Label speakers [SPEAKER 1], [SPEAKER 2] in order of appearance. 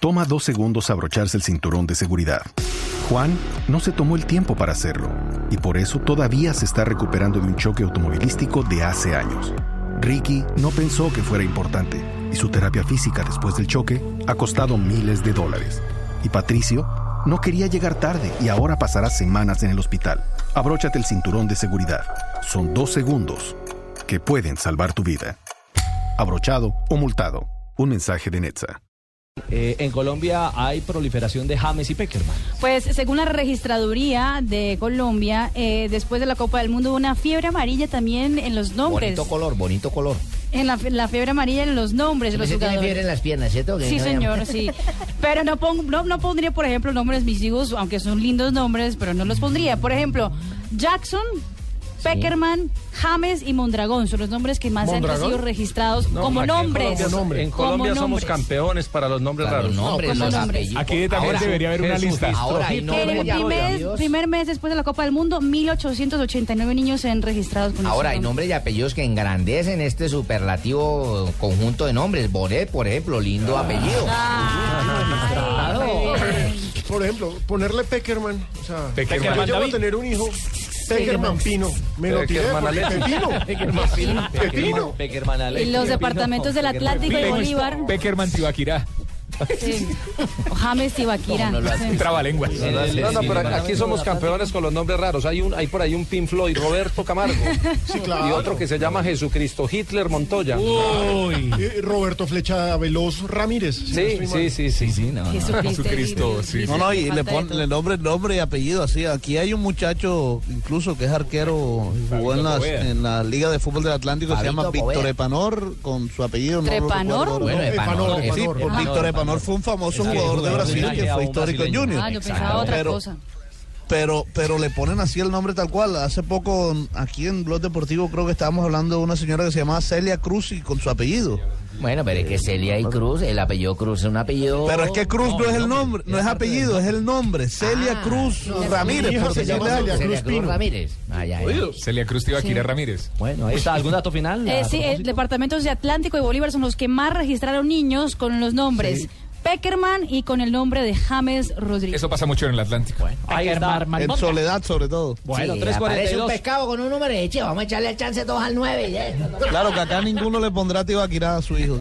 [SPEAKER 1] Toma dos segundos abrocharse el cinturón de seguridad. Juan no se tomó el tiempo para hacerlo y por eso todavía se está recuperando de un choque automovilístico de hace años. Ricky no pensó que fuera importante y su terapia física después del choque ha costado miles de dólares. Y Patricio no quería llegar tarde y ahora pasará semanas en el hospital. Abróchate el cinturón de seguridad. Son dos segundos que pueden salvar tu vida. Abrochado o multado. Un mensaje de Netza.
[SPEAKER 2] Eh, en Colombia hay proliferación de James y Peckerman.
[SPEAKER 3] Pues según la registraduría de Colombia, eh, después de la Copa del Mundo hubo una fiebre amarilla también en los nombres.
[SPEAKER 4] Bonito color, bonito color.
[SPEAKER 3] En la, la fiebre amarilla en los nombres de los
[SPEAKER 4] Ese tiene
[SPEAKER 3] jugadores.
[SPEAKER 4] fiebre en las piernas, ¿cierto? Que
[SPEAKER 3] Sí,
[SPEAKER 4] no
[SPEAKER 3] señor,
[SPEAKER 4] llama.
[SPEAKER 3] sí. Pero no, pongo, no, no pondría, por ejemplo, nombres mis hijos, aunque son lindos nombres, pero no los pondría. Por ejemplo, Jackson, Peckerman, James y Mondragón son los nombres que más han
[SPEAKER 5] ¿Mondragón?
[SPEAKER 3] sido registrados
[SPEAKER 5] No,
[SPEAKER 3] como
[SPEAKER 5] aquí en
[SPEAKER 3] nombres.
[SPEAKER 5] Colombia somos- En
[SPEAKER 3] Como
[SPEAKER 5] Colombia somos
[SPEAKER 3] nombres.
[SPEAKER 5] campeones para los nombres
[SPEAKER 4] Para
[SPEAKER 5] raros.
[SPEAKER 4] los nombres,
[SPEAKER 3] como
[SPEAKER 4] los
[SPEAKER 3] nombres.
[SPEAKER 4] apellidos.
[SPEAKER 6] Aquí también
[SPEAKER 4] pues Ahora,
[SPEAKER 6] debería haber una
[SPEAKER 5] Jesús,
[SPEAKER 6] lista.
[SPEAKER 4] Ahora hay
[SPEAKER 3] En
[SPEAKER 4] nombres
[SPEAKER 3] el
[SPEAKER 4] de
[SPEAKER 3] primer,
[SPEAKER 4] apellidos.
[SPEAKER 3] primer mes después de la Copa del Mundo, 1889 niños se han registrado con
[SPEAKER 4] Ahora hay
[SPEAKER 3] estos
[SPEAKER 4] nombres y apellidos que engrandecen este superlativo conjunto de nombres. Boret, por ejemplo, lindo apellido.
[SPEAKER 3] Ay, ay.
[SPEAKER 5] Por ejemplo, ponerle Peckerman. O sea, Peckerman. Yo llego a tener un hijo. Peckerman Pino. Me lo tiré
[SPEAKER 7] Peckerman
[SPEAKER 5] porque
[SPEAKER 7] Alexis.
[SPEAKER 5] Pepino. Pepino. Pepino.
[SPEAKER 2] Peckerman
[SPEAKER 3] Y los departamentos del Atlántico y
[SPEAKER 6] Peckerman-
[SPEAKER 3] Bolívar.
[SPEAKER 6] Peckerman Tibaquirá.
[SPEAKER 3] Sí. O James Tibaquira.
[SPEAKER 4] ¿Cómo no lo hace?
[SPEAKER 3] Sí.
[SPEAKER 6] Trabalenguas.
[SPEAKER 7] No, no, pero aquí somos campeones con los nombres raros. Hay un, hay por ahí un Pin Floyd, Roberto Camargo. Y otro que se llama Jesucristo Hitler Montoya.
[SPEAKER 5] Eh, Roberto Flecha Veloz Ramírez. si no
[SPEAKER 7] sí,
[SPEAKER 5] estoy mal.
[SPEAKER 7] sí, sí, sí,
[SPEAKER 4] Sí, no, no.
[SPEAKER 6] Jesucristo, sí.
[SPEAKER 8] No, no, y le, pon,
[SPEAKER 3] ponen
[SPEAKER 8] le nombre, nombre y apellido así. Aquí hay un muchacho, incluso que es arquero, jugó en, las-
[SPEAKER 6] Poveda.
[SPEAKER 8] en la Liga de Fútbol del Atlántico, se
[SPEAKER 4] Fabito
[SPEAKER 8] llama Víctor
[SPEAKER 4] Poveda.
[SPEAKER 8] Epanor, con su apellido. no lo
[SPEAKER 3] ¿Trepanor?
[SPEAKER 8] recuerdo.
[SPEAKER 4] Bueno, Epanor,
[SPEAKER 5] Epanor,
[SPEAKER 4] es-
[SPEAKER 5] Epanor.
[SPEAKER 4] Epanor,
[SPEAKER 8] Víctor Epanor fue un famoso
[SPEAKER 4] Exacto.
[SPEAKER 8] jugador de Brasil
[SPEAKER 2] Homenaje
[SPEAKER 8] que
[SPEAKER 2] a
[SPEAKER 8] fue
[SPEAKER 2] un
[SPEAKER 8] histórico en
[SPEAKER 2] brasileño.
[SPEAKER 8] Junior.
[SPEAKER 3] Ah, yo
[SPEAKER 4] Exacto.
[SPEAKER 3] pensaba otra
[SPEAKER 8] Pero-
[SPEAKER 3] cosa. Eh,
[SPEAKER 8] Pero, pero le ponen así el nombre tal cual. Hace poco aquí en Blog Deportivo creo que estábamos hablando de una señora que se llamaba Celia Cruz y con su apellido.
[SPEAKER 4] Bueno, pero es que Celia y Cruz, el apellido Cruz es un apellido.
[SPEAKER 8] Pero es que Cruz no, es el nombre, no es apellido, es el nombre. Celia
[SPEAKER 4] Ah,
[SPEAKER 8] Cruz
[SPEAKER 4] no,
[SPEAKER 5] mi
[SPEAKER 8] Ramírez.
[SPEAKER 5] hija
[SPEAKER 8] por
[SPEAKER 5] se
[SPEAKER 8] decirle
[SPEAKER 5] llama
[SPEAKER 8] algo.
[SPEAKER 5] Celia
[SPEAKER 4] Celia
[SPEAKER 5] Cruz Pino.
[SPEAKER 4] Ramírez. Ah, ya, ya.
[SPEAKER 6] Celia Cruz Tibaquirá Ramírez.
[SPEAKER 4] Bueno, ahí está.
[SPEAKER 2] ¿Algún dato final?
[SPEAKER 3] Eh,
[SPEAKER 2] a
[SPEAKER 3] sí, eh,
[SPEAKER 2] propósito?
[SPEAKER 3] departamentos de Atlántico y Bolívar son los que más registraron niños con los nombres Peckerman y con el nombre de James Rodríguez.
[SPEAKER 6] Eso pasa mucho en el Atlántico.
[SPEAKER 2] Ahí está.
[SPEAKER 8] En soledad sobre todo.
[SPEAKER 2] Bueno,
[SPEAKER 4] Sí, aparece un
[SPEAKER 2] 342.
[SPEAKER 4] pescado con un número de che, vamos a echarle al chance 2 al 9. ya.
[SPEAKER 8] Claro que acá ninguno le pondrá Tibaquirá a su hijo.